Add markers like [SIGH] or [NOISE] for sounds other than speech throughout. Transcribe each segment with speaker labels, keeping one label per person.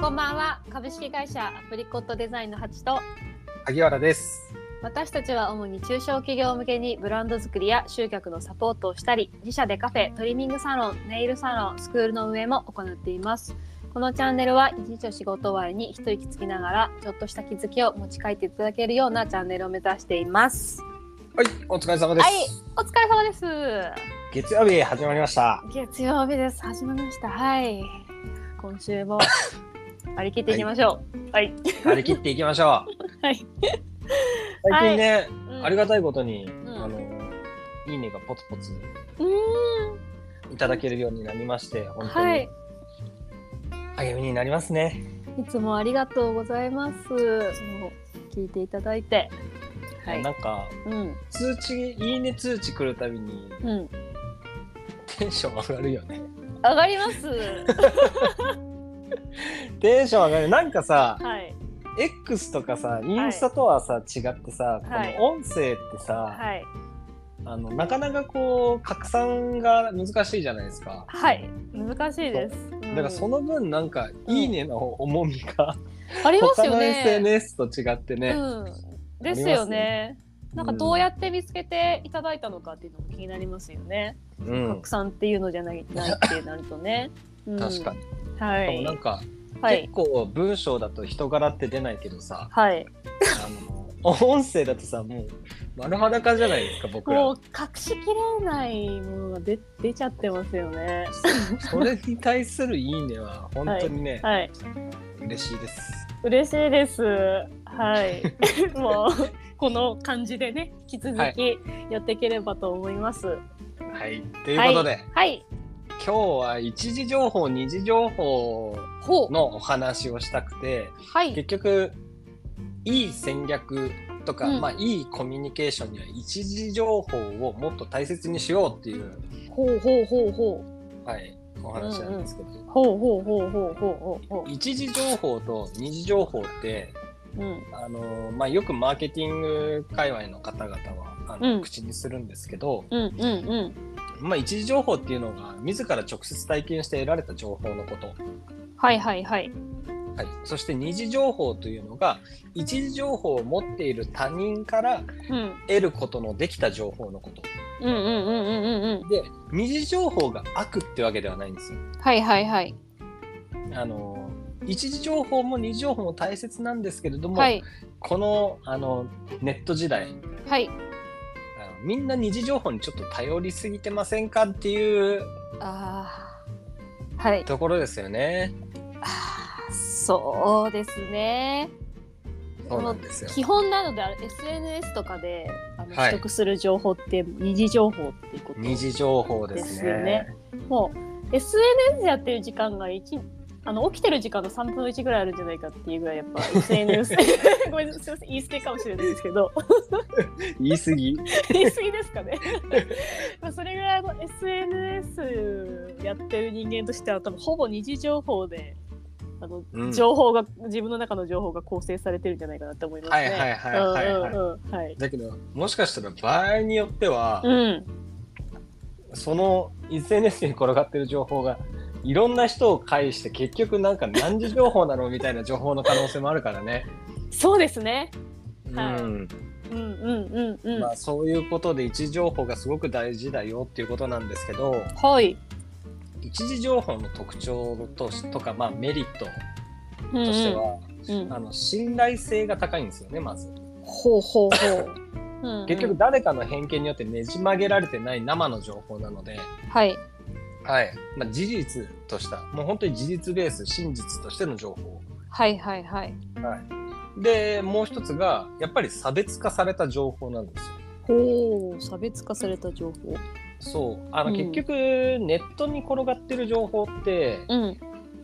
Speaker 1: こんばんは株式会社アプリコットデザインのハチと
Speaker 2: 萩原です。
Speaker 1: 私たちは主に中小企業向けにブランド作りや集客のサポートをしたり自社でカフェトリミングサロンネイルサロンスクールの運営も行っていますこのチャンネルは一日の仕事終わりに一息つきながらちょっとした気づきを持ち帰っていただけるようなチャンネルを目指しています
Speaker 2: はい、お疲れ様です。
Speaker 1: はいお疲れ様です
Speaker 2: 月曜日始まりました。
Speaker 1: 月曜日です始まりましたはい今週
Speaker 2: [LAUGHS]
Speaker 1: も張り切っていきましょうはい、
Speaker 2: 張り切っていきましょう。
Speaker 1: [LAUGHS] はい。
Speaker 2: 最近ね、
Speaker 1: うん
Speaker 2: ありがたいことに、
Speaker 1: ん
Speaker 2: あのいいねがポツポツ
Speaker 1: うーん
Speaker 2: いただけるようになりまして、本当
Speaker 1: はい
Speaker 2: に励みになりますね。
Speaker 1: いつもありがとうございます。もう聞いていただいて。はい。
Speaker 2: なんか
Speaker 1: うん。
Speaker 2: 通知いいね通知来るたびに
Speaker 1: うん。
Speaker 2: テンション上がるよね。
Speaker 1: 上がり
Speaker 2: [LAUGHS]
Speaker 1: ます。
Speaker 2: テンション上がる。なんかさ、
Speaker 1: はい。
Speaker 2: X とかさ、インスタとはさ、違ってさ、
Speaker 1: はい
Speaker 2: この音声ってさ、
Speaker 1: はい。
Speaker 2: あのなかなかこう拡散が難しいじゃないですか。
Speaker 1: はい。難しいです。
Speaker 2: だからそ
Speaker 1: うん
Speaker 2: の分なんか「いいね」の重みが
Speaker 1: あります
Speaker 2: 他
Speaker 1: よ
Speaker 2: の
Speaker 1: ね。
Speaker 2: SNS と違って
Speaker 1: う
Speaker 2: ね。
Speaker 1: ん。ですよね。
Speaker 2: うん
Speaker 1: なんかどうやって見つけていただいたのかっていうのも気になりますよね。
Speaker 2: うん
Speaker 1: 拡散っていうのじゃないないってなるとね。うん
Speaker 2: 確かに。
Speaker 1: は
Speaker 2: でも
Speaker 1: い
Speaker 2: なん。か
Speaker 1: はい
Speaker 2: 結。構文章だと人柄って出ないけどさ、
Speaker 1: はい。
Speaker 2: あの音声だとさもう丸裸じゃないですか僕
Speaker 1: も
Speaker 2: ら
Speaker 1: う。隠しきれないものが出出ちゃってますよね。
Speaker 2: それに対する「いいね」は本当にね、
Speaker 1: はい。
Speaker 2: 嬉しいです。
Speaker 1: 嬉しいです。
Speaker 2: [LAUGHS]
Speaker 1: はい。もうこの感じでね、引き続
Speaker 2: はい
Speaker 1: きやっていければと思います。は
Speaker 2: はい、ということで、
Speaker 1: はい。
Speaker 2: 今日は一時情報二次情報
Speaker 1: ほう。
Speaker 2: のお話をしたくて。
Speaker 1: はい。
Speaker 2: 結局いい戦略とか、
Speaker 1: うん
Speaker 2: まあ、いいコミュニケーションには一時情報をもっと大切にしようっていう、
Speaker 1: ほうほうほうほう。
Speaker 2: はい、お話なんですけど、
Speaker 1: ほうほうほうほうほうほうほ
Speaker 2: 一時情報と二次情報って、
Speaker 1: う。うん。
Speaker 2: あのーまあ、よくマーケティング界隈の方々はあ
Speaker 1: う
Speaker 2: の、
Speaker 1: ん
Speaker 2: 口にするんですけど、
Speaker 1: うんうんうん。
Speaker 2: まあ、一時情報っていうのが自ら直接体験して得られた情報のこと、
Speaker 1: はいはいはい。
Speaker 2: はい、そして二次情報というのが一時情報を持っている他人から
Speaker 1: うん。
Speaker 2: 得ることのできた情報のこと。
Speaker 1: うんうんうんうんうんうん。
Speaker 2: で二次情報が悪ってわけではないんですよ。
Speaker 1: はいはいはい。
Speaker 2: あの一次情報も二次情報も大切なんですけれども、
Speaker 1: はい。
Speaker 2: このあのネット時代あの
Speaker 1: はい。
Speaker 2: みんな二次情報にちょっと頼りすぎてませんかっていう
Speaker 1: ああ。はい。
Speaker 2: ところですよね。
Speaker 1: あーそうですね。
Speaker 2: そうなんですよ。
Speaker 1: 基本なのであれ SNS とかであの
Speaker 2: はい
Speaker 1: 取得する情報って二次情報っていうこと、
Speaker 2: 二次情報です
Speaker 1: ですよ
Speaker 2: ね
Speaker 1: ね。もう SNS やってる時間が一あの起きてる時間の3分の1ぐらいあるんじゃないかっていうぐらいやっ
Speaker 2: [LAUGHS]
Speaker 1: ぱ SNS ごめんなさいすいません言い過ぎかもしれないですけ
Speaker 2: [LAUGHS]
Speaker 1: ど
Speaker 2: 言い過ぎ。
Speaker 1: 言い過ぎですかねまあそれぐらいの SNS やってる人間としては多分ほぼ二次情報であの
Speaker 2: うん
Speaker 1: 情報が、自分の中の情報が構成されてるんじゃないかなって思いますね。
Speaker 2: はいはいはいはいはい
Speaker 1: うんうんうんはい
Speaker 2: だけどもしかしたら場合によっては、
Speaker 1: うん、
Speaker 2: その SNS に転がってる情報がいろんな人を介して結局なんか何時情報なのみたいな情報の可能性もあるからね。
Speaker 1: そうですね。はい
Speaker 2: うん
Speaker 1: うんうんうんうん。
Speaker 2: まあ、そういうことで一時情報がすごく大事だよっていうことなんですけど
Speaker 1: はい。
Speaker 2: 一時情報の特徴としとか、まあ、メリット
Speaker 1: うんう
Speaker 2: と
Speaker 1: ん
Speaker 2: しては、
Speaker 1: うん
Speaker 2: あの信頼性が高いんですよねまず
Speaker 1: ほうほうほう。うんうん
Speaker 2: 結局誰かの偏見によってねじ曲げられてない生の情報なので、
Speaker 1: はい
Speaker 2: はいまあ、事実としたもう本当に事実ベース真実としての情報
Speaker 1: はいはいはい。
Speaker 2: はい、でもう一つがやっぱり差別化された情報なんですよ。
Speaker 1: ほう差別化された情報。
Speaker 2: そうあの、
Speaker 1: うん
Speaker 2: 結局ネットに転がってる情報って、
Speaker 1: うん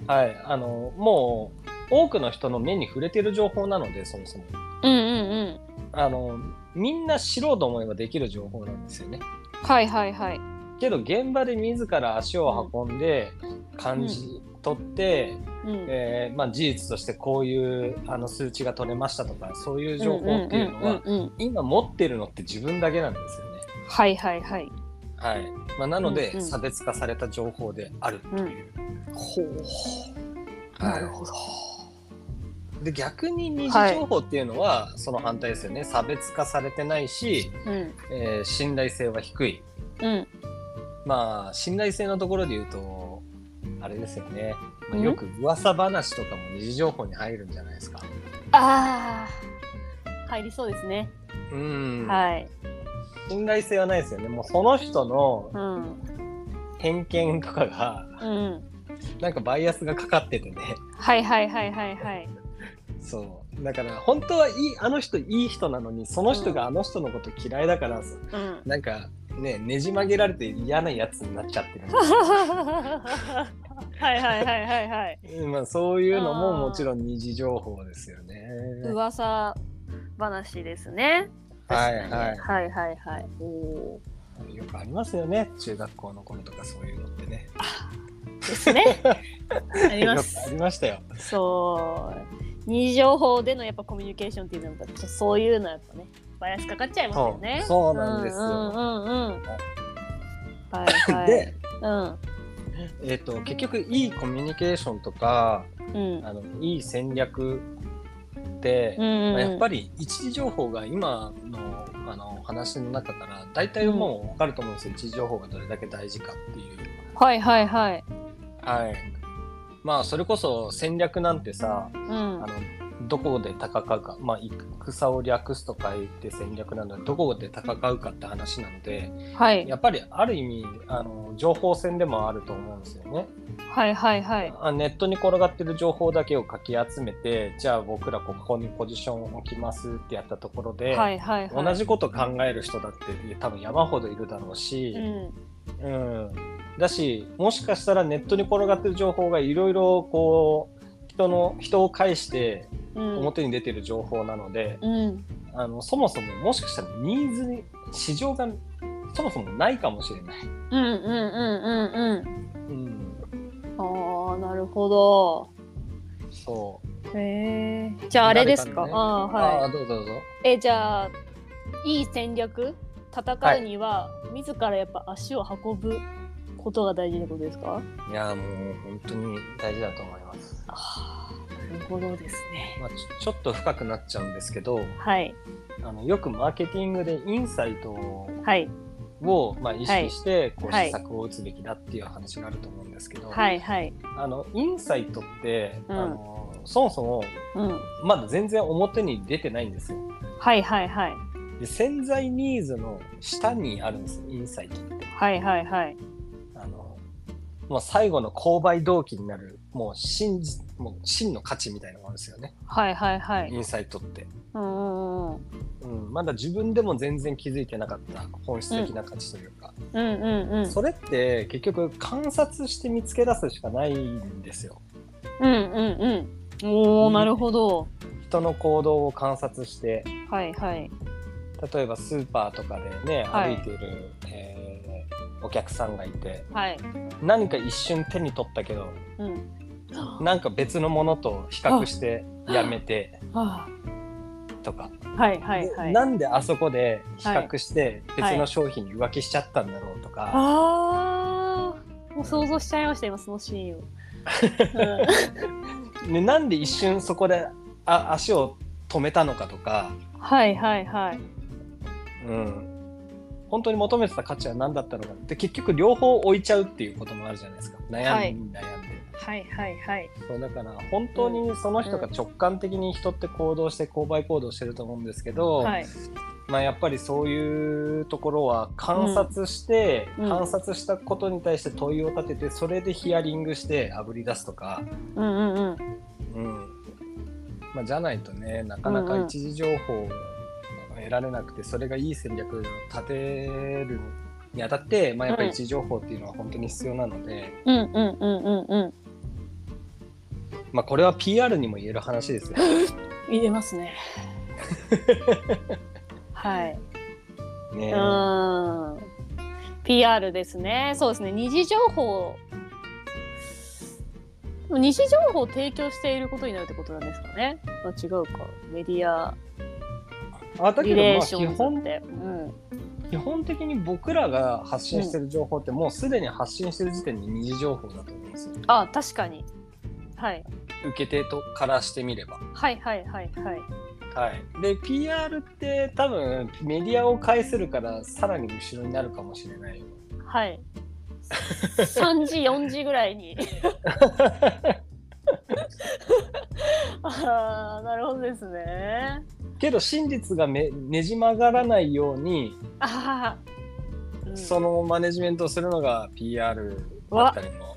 Speaker 2: はい、あのもう多くの人の目に触れてる情報なのでそもそも
Speaker 1: うんうんうん。
Speaker 2: あのみんな知ろうと思えばできる情報なんですよね。
Speaker 1: はいはいはい。
Speaker 2: けど現場で自ら足を運んで感じ取って、
Speaker 1: うん。
Speaker 2: えーまあ、事実としてこういうあの数値が取れましたとかそういう情報っていうのは、
Speaker 1: んうんうんうん
Speaker 2: 今持ってるのって自分だけなんですよね。
Speaker 1: はいはいはい。
Speaker 2: はいまあ、なの
Speaker 1: う
Speaker 2: で、
Speaker 1: んうん
Speaker 2: 差別化された情報であるという、
Speaker 1: ほう。なるほど。
Speaker 2: で逆に二
Speaker 1: は
Speaker 2: 次
Speaker 1: い
Speaker 2: 情報っていうのは、その反対ですよね差別化されてないし、
Speaker 1: うん
Speaker 2: えー信頼性は低い
Speaker 1: うん
Speaker 2: まあ信頼性のところで言うとあれですよね、ま
Speaker 1: ん
Speaker 2: あよく噂話とかも二次情報に入るんじゃないですか
Speaker 1: ああ入りそうですね、
Speaker 2: うん、
Speaker 1: はい
Speaker 2: 信頼性はないですよねもうその人の
Speaker 1: うん
Speaker 2: 偏見とかが
Speaker 1: うん
Speaker 2: なんかバイアスがかかっててね
Speaker 1: はいはいはいはいはい
Speaker 2: そうだから本当はいいあの人いい人なのにその人があの人のこと嫌いだから、 [LAUGHS]
Speaker 1: うん
Speaker 2: なんかねねじ曲げられて嫌なやつになっちゃってる
Speaker 1: はいはいはいはいはい
Speaker 2: うんまあそういうのも
Speaker 1: あー
Speaker 2: もちろん二次情報ですよね。
Speaker 1: 噂話ですね
Speaker 2: はい
Speaker 1: 確かに
Speaker 2: は
Speaker 1: はいはいはいおお
Speaker 2: い。よくありますよね中学校の頃とかそういうのってね。
Speaker 1: ーです
Speaker 2: [LAUGHS]
Speaker 1: ねありま
Speaker 2: よくあ
Speaker 1: す
Speaker 2: りましたよ。
Speaker 1: そう二次情報でのやっぱコミュニケーションっていうのもやっぱそういうのはやっぱねバイアスかかっちゃいますよね
Speaker 2: そうそうなんですよ
Speaker 1: うんうんうんうんはいはい
Speaker 2: で、
Speaker 1: うん
Speaker 2: えっと結局いいコミュニケーションとか
Speaker 1: うん
Speaker 2: あのいい戦略って、
Speaker 1: うん
Speaker 2: まあやっぱ
Speaker 1: り
Speaker 2: り一次情報が今のあの話の中から大体もう分かると思うんですよ、一次情報がどれだけ大事かっていう。
Speaker 1: はいはいはい
Speaker 2: はい。まあそれこそ戦略なんてさ、
Speaker 1: う
Speaker 2: あ
Speaker 1: ん
Speaker 2: のどこで戦うか、まあ戦を略すと書いて戦略なので、どこで戦うかって話なので、
Speaker 1: はい
Speaker 2: やっぱりある意味あの情報戦でもあると思うんですよね。
Speaker 1: はいはいはい
Speaker 2: あネットに転がってる情報だけをかき集めて、じゃあ僕らここにポジションを置きますってやったところで。
Speaker 1: はいはいはい
Speaker 2: 同じこと考える人だって多分山ほどいるだろうし、
Speaker 1: うん
Speaker 2: うん、だしもしかしたらネットに転がってる情報がいろいろこう人の人を介して
Speaker 1: うん
Speaker 2: 表に出てる情報なので、
Speaker 1: うん
Speaker 2: あのそもそももしかしたらニーズに市場がそもそもないかもしれない。
Speaker 1: うんうんうんうんうん
Speaker 2: うん、
Speaker 1: ああなるほど
Speaker 2: そう
Speaker 1: へえじゃああれですか
Speaker 2: 誰かにね
Speaker 1: ああーはい
Speaker 2: ああどうぞどうぞ。
Speaker 1: えじゃあいい戦略戦うには、自らやっぱ足を運ぶことが大事なことですか
Speaker 2: いやもう本当に大事だと思います。
Speaker 1: あーなるほどですね
Speaker 2: まあ、ちょちょっと深くなっちゃうんですけど
Speaker 1: はい
Speaker 2: あのよくマーケティングでインサイトを
Speaker 1: はい
Speaker 2: を、まあ、意識してこう
Speaker 1: はい
Speaker 2: 施策を打つべきだっていう話があると思うんですけど、
Speaker 1: はいはい
Speaker 2: あのインサイトって、
Speaker 1: うん
Speaker 2: あのそもそも
Speaker 1: うん
Speaker 2: まだ全然表に出てないんですよ。
Speaker 1: はいはいはい
Speaker 2: で潜在ニーズの下にあるんですインサイトって。
Speaker 1: はいはいはい
Speaker 2: あのもう最後の購買動機になるもう真実もう真の価値みたいなものですよね
Speaker 1: はいはいはい
Speaker 2: インサイトって、
Speaker 1: うんうんうん
Speaker 2: うん、まだ自分でも全然気づいてなかった本質的な価値というか、
Speaker 1: うんうんうん
Speaker 2: それって結局観察して見つけ出すしかないんですよ。
Speaker 1: うんうんうんおおなるほど
Speaker 2: 人の行動を観察して
Speaker 1: はいはい
Speaker 2: 例えばスーパーとかでね
Speaker 1: はい
Speaker 2: 歩いている、えーお客さんがいて
Speaker 1: はい
Speaker 2: 何か一瞬手に取ったけど
Speaker 1: うん
Speaker 2: なんか別のものと比較してやめて
Speaker 1: は
Speaker 2: とか、
Speaker 1: あはいはいは
Speaker 2: で
Speaker 1: い
Speaker 2: なんであそこで比較して別の商品に浮気しちゃったんだろうとか、
Speaker 1: ああ、もう想像しちゃいました、今そのシーンを。
Speaker 2: ねなんで一瞬そこであ足を止めたのかとか、
Speaker 1: はいはいはい。
Speaker 2: うん、本当に求めてた価値は何だったのかって結局両方置いちゃうっていうこともあるじゃないですか
Speaker 1: は
Speaker 2: 悩
Speaker 1: い
Speaker 2: みに悩んで。
Speaker 1: はいはいはい。
Speaker 2: そうだから本当にその人が直感的に人って行動して購買行動してると思うんですけど、
Speaker 1: はい。
Speaker 2: まあ、やっぱりそういうところは観察して、
Speaker 1: うん
Speaker 2: 観察したことに対して問いを立ててそれでヒアリングしてあぶり出すとか、
Speaker 1: うんうんうん。
Speaker 2: うんまあ、じゃないとねなかなか
Speaker 1: うんうん
Speaker 2: 一時情報を得られなくてそれがいい戦略を立てるにあたって、まあ、やっぱり一時情報っていうのは本当に必要なので、
Speaker 1: うんうんうんうんうん。
Speaker 2: まあ、これは PR にも言える話ですよ。
Speaker 1: 入れますね。
Speaker 2: [LAUGHS]
Speaker 1: はい。
Speaker 2: ね
Speaker 1: うん。PR ですね。そうですね。二次情報。二次情報を提供していることになるってことなんですかね。あ違うか。メディア
Speaker 2: あだけ
Speaker 1: リ
Speaker 2: ど
Speaker 1: レ
Speaker 2: ま
Speaker 1: ー
Speaker 2: あ
Speaker 1: シ
Speaker 2: 基
Speaker 1: ョン
Speaker 2: 本
Speaker 1: ズって。うん。
Speaker 2: 基本的に僕らが発信してる情報ってもうすでに発信してる時点で二次情報だと思うんですよ。
Speaker 1: あ、確かに。はい。
Speaker 2: 受け手とからしてみれば。
Speaker 1: はいはいはいはい。
Speaker 2: はい、で PR って多分メディアを介するからさらに後ろになるかもしれないよ。 [LAUGHS]
Speaker 1: はい。3時4時ぐらいに。ああなるほどですね。
Speaker 2: けど真実がめねじ曲がらないように
Speaker 1: ああ、うん
Speaker 2: そのマネジメントをするのが PR だったりも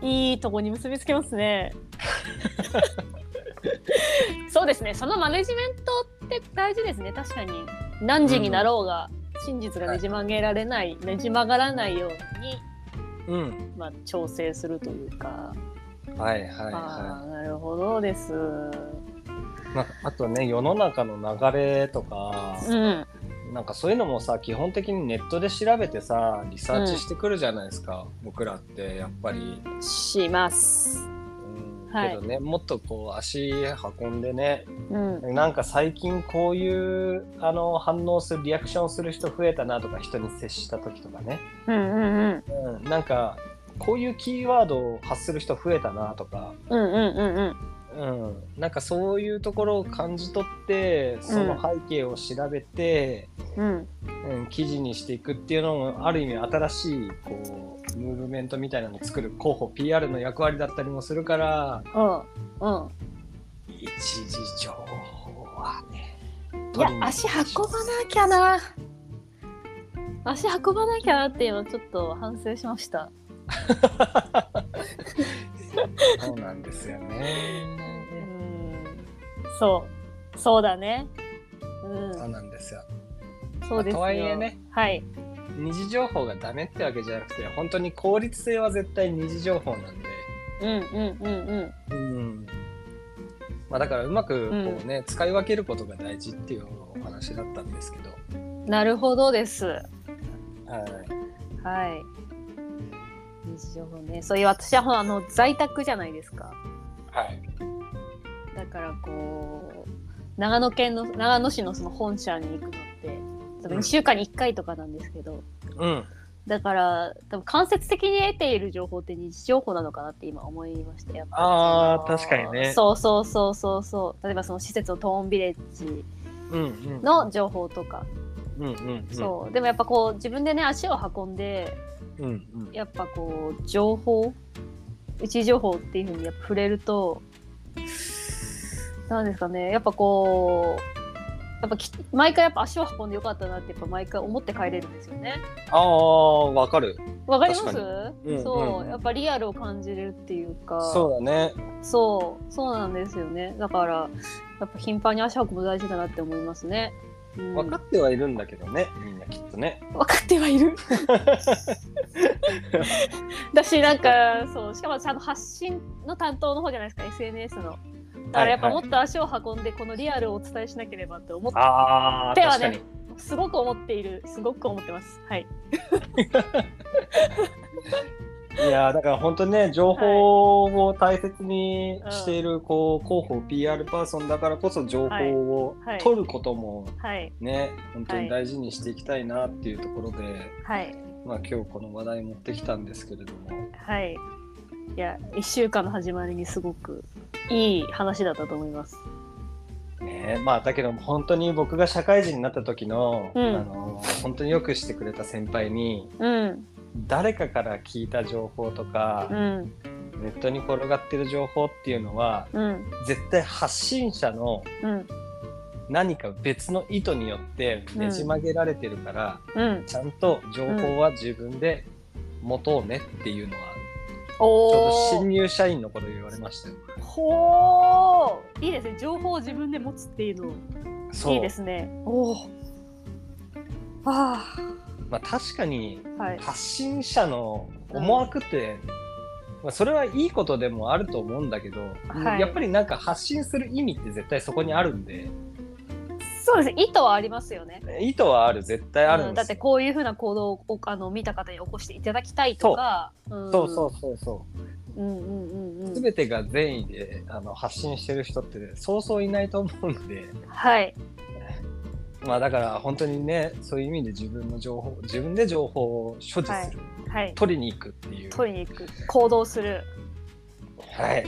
Speaker 1: いいとこに結びつけます
Speaker 2: [LAUGHS]
Speaker 1: ね。そうですね。そのマネジメントって大事ですね。確かに何時になろうが、真実がねじ曲げられない、ねじ曲がらないように
Speaker 2: うん
Speaker 1: まあ調整するというか。
Speaker 2: はいはい
Speaker 1: あ
Speaker 2: は
Speaker 1: あなるほどです。
Speaker 2: いまああとね世の中の流れとか
Speaker 1: うん。
Speaker 2: なんかそういうのもさ基本的にネットで調べてさリサーチしてくるじゃないですか、僕らってやっぱり、
Speaker 1: します。
Speaker 2: うん
Speaker 1: はい
Speaker 2: けどねもっとこう足運んでね
Speaker 1: うん。
Speaker 2: なんか最近こういうあの反応するリアクションする人増えたなとか人に接した時とかね、
Speaker 1: うんうん
Speaker 2: うん、なんかこういうキーワードを発する人増えたなとか、
Speaker 1: うん。うんうんうんうん。
Speaker 2: うん、なんかそういうところを感じ取ってその背景を調べて、
Speaker 1: うん。
Speaker 2: うん、記事にしていくっていうのもある意味新しいこうムーブメントみたいなのを作る広報 PR の役割だったりもするから
Speaker 1: うん。
Speaker 2: 一時情報はね
Speaker 1: いや、足運ばなきゃな。足運ばなきゃなって今ちょっと反省しました。
Speaker 2: そうなんですよ
Speaker 1: う
Speaker 2: ね
Speaker 1: ん。そう。そうだね。うん
Speaker 2: そう。なんですよ
Speaker 1: そうですよ。
Speaker 2: まあとはいえね。
Speaker 1: はい。
Speaker 2: 二次情報がダメってわけじゃなくて本当に効率性は絶対二次情報なんで
Speaker 1: うんうんうんうん。
Speaker 2: うんまあだからうまくこうね、使い分けることが大事っていうお話だったんですけど
Speaker 1: なるほどです。は
Speaker 2: はい
Speaker 1: い。日常ね。そういう私はほらあの在宅じゃないですか。
Speaker 2: はい
Speaker 1: だからこう長野県の長野市のその本社に行くのって多分
Speaker 2: うん
Speaker 1: 1週間に1回とかなんですけど、
Speaker 2: うん
Speaker 1: だから多分間接的に得ている情報って日時情報なのかなって今思いましたやっぱり
Speaker 2: あー
Speaker 1: その
Speaker 2: 確かにね
Speaker 1: そうそうそうそうそう例えばその施設のトーンビレッジ
Speaker 2: うんうん
Speaker 1: の情報とか、
Speaker 2: うんうん
Speaker 1: そうでもやっぱこう自分でね足を運んで
Speaker 2: うんうん
Speaker 1: やっぱこう情報一時情報っていうふうにやっぱ触れるとなんですかねやっぱこうやっぱき毎回やっぱ足を運んでよかったなってやっぱ毎回思って帰れるんですよね。
Speaker 2: ああわかる
Speaker 1: わかります
Speaker 2: 確うん
Speaker 1: そう、
Speaker 2: うん
Speaker 1: やっぱリアルを感じれるっていうか
Speaker 2: そうだね
Speaker 1: そうそうなんですよねだからやっぱ頻繁に足運ぶ大事だなって思いますね。うん
Speaker 2: 分かってはいるんだけどねみんなきっとね
Speaker 1: 分かってはい
Speaker 2: [LAUGHS]
Speaker 1: るだしなんかそうしかもちゃんと発信の担当の方じゃないですか SNS のだからやっぱ
Speaker 2: はい
Speaker 1: も
Speaker 2: はい
Speaker 1: っと足を運んでこのリアルをお伝えしなければって思っ
Speaker 2: ああ
Speaker 1: 手は
Speaker 2: 確
Speaker 1: ね
Speaker 2: かに
Speaker 1: すごく思っているすごく思ってますはい
Speaker 2: いやーだから本当ね情報を大切にしている、こう広報 PR パーソンだからこそ情報を
Speaker 1: はいはい
Speaker 2: 取ることも
Speaker 1: はい
Speaker 2: ね、本当に大事にしていきたいなっていうところで、
Speaker 1: はい
Speaker 2: まあ、今日この話題持ってきたんですけれども
Speaker 1: はいいや1週間の始まりにすごくいい話だったと思います
Speaker 2: ねまあだけど本当に僕が社会人になった時の,、
Speaker 1: うん
Speaker 2: あの本当によくしてくれた先輩に
Speaker 1: うん
Speaker 2: 誰かから聞いた情報とか
Speaker 1: う、ん
Speaker 2: ネットに転がってる情報っていうのは
Speaker 1: うん
Speaker 2: 絶対発信者の
Speaker 1: うん
Speaker 2: 何か別の意図によってねじ曲げられてるから、
Speaker 1: うん
Speaker 2: ちゃんと情報は自分で持とうねっていうのは、ちょうど
Speaker 1: お
Speaker 2: 新入社員の頃言われましたよ。
Speaker 1: ほーいいですね情報を自分で持つっていうのを
Speaker 2: そう
Speaker 1: いいですね。おお。あ
Speaker 2: まあ、確かに
Speaker 1: あ、はい。
Speaker 2: 発信者の思惑って、まあ、それはいいことでもあると思うんだけど、
Speaker 1: はい
Speaker 2: やっぱりなんか発信する意味って絶対そこにあるんで
Speaker 1: そうですね。意図はありますよね。
Speaker 2: 意図はある絶対ある
Speaker 1: うんん
Speaker 2: で
Speaker 1: だ
Speaker 2: す
Speaker 1: っ
Speaker 2: よ
Speaker 1: てこういうふうな行動をあの見た方に起こしていただきたいとか。
Speaker 2: そうそうそうそ
Speaker 1: うん。うんうんうん
Speaker 2: う
Speaker 1: うん。
Speaker 2: 全てが善意であの発信してる人って、そうそういないと思うんで。
Speaker 1: はい。
Speaker 2: まあだから本当にねそういう意味で自分の情報自分で情報を所持する、
Speaker 1: はい。
Speaker 2: 取りに行くっていう
Speaker 1: 取りに行く。行動する。
Speaker 2: はい。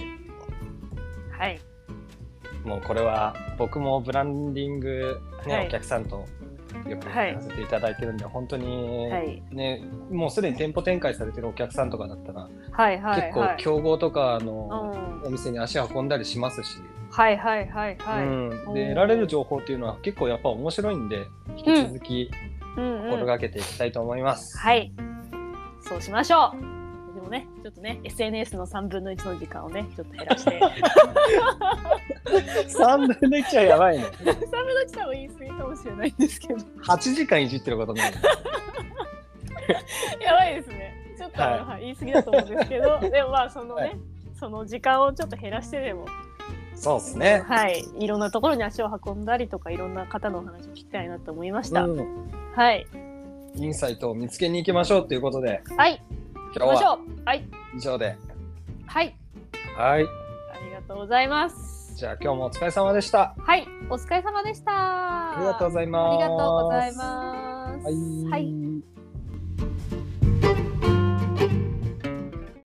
Speaker 1: はい。
Speaker 2: もうこれは僕もブランディング、ね
Speaker 1: はい
Speaker 2: お客さんとよく
Speaker 1: はい
Speaker 2: やらせていただいてるんで、本当に、
Speaker 1: はい。
Speaker 2: ね、もうすでに店舗展開されてるお客さんとかだったら、
Speaker 1: はいはい
Speaker 2: 結
Speaker 1: は
Speaker 2: 構
Speaker 1: い。
Speaker 2: 競合とか
Speaker 1: う
Speaker 2: の
Speaker 1: ん。
Speaker 2: お店に足運んだりしますし、
Speaker 1: はいはいはいはい。お
Speaker 2: うん、
Speaker 1: ー
Speaker 2: で得られる情報っていうのは結構やっぱ面白いんで引き続き
Speaker 1: うんうん
Speaker 2: 心がけていきたいと思います。
Speaker 1: はい。そうしましょう。でもね、ちょっとね、SNS の3分の1の時間をね、ちょっと減ら
Speaker 2: [LAUGHS]
Speaker 1: して。
Speaker 2: [LAUGHS] 三分の一はやばいね。
Speaker 1: 3分の1多分言い過ぎかもしれないんですけど。
Speaker 2: 八時間いじってることになる。
Speaker 1: やばいですね。ちょっと、あのはい言い過ぎだと思うんですけ
Speaker 2: [LAUGHS]
Speaker 1: ど、でもまあそのね、
Speaker 2: はい
Speaker 1: その時間をちょっと減らしてでも、
Speaker 2: そうですね。
Speaker 1: はい、いろんなところに足を運んだりとか、いろんな方のお話を聞きたいなと思いました。
Speaker 2: うん、
Speaker 1: はい、
Speaker 2: インサイトを見つけに行きましょうということで
Speaker 1: はい、
Speaker 2: 今日
Speaker 1: 行きまし
Speaker 2: は
Speaker 1: ょう。はい、
Speaker 2: 以上で。
Speaker 1: はい、あ
Speaker 2: はい。
Speaker 1: りがとうございます。
Speaker 2: じゃあ今日もお疲れ様でした。
Speaker 1: はい、お疲れ様でした。
Speaker 2: ありがとうございます。
Speaker 1: ありがとうございます。
Speaker 2: はい。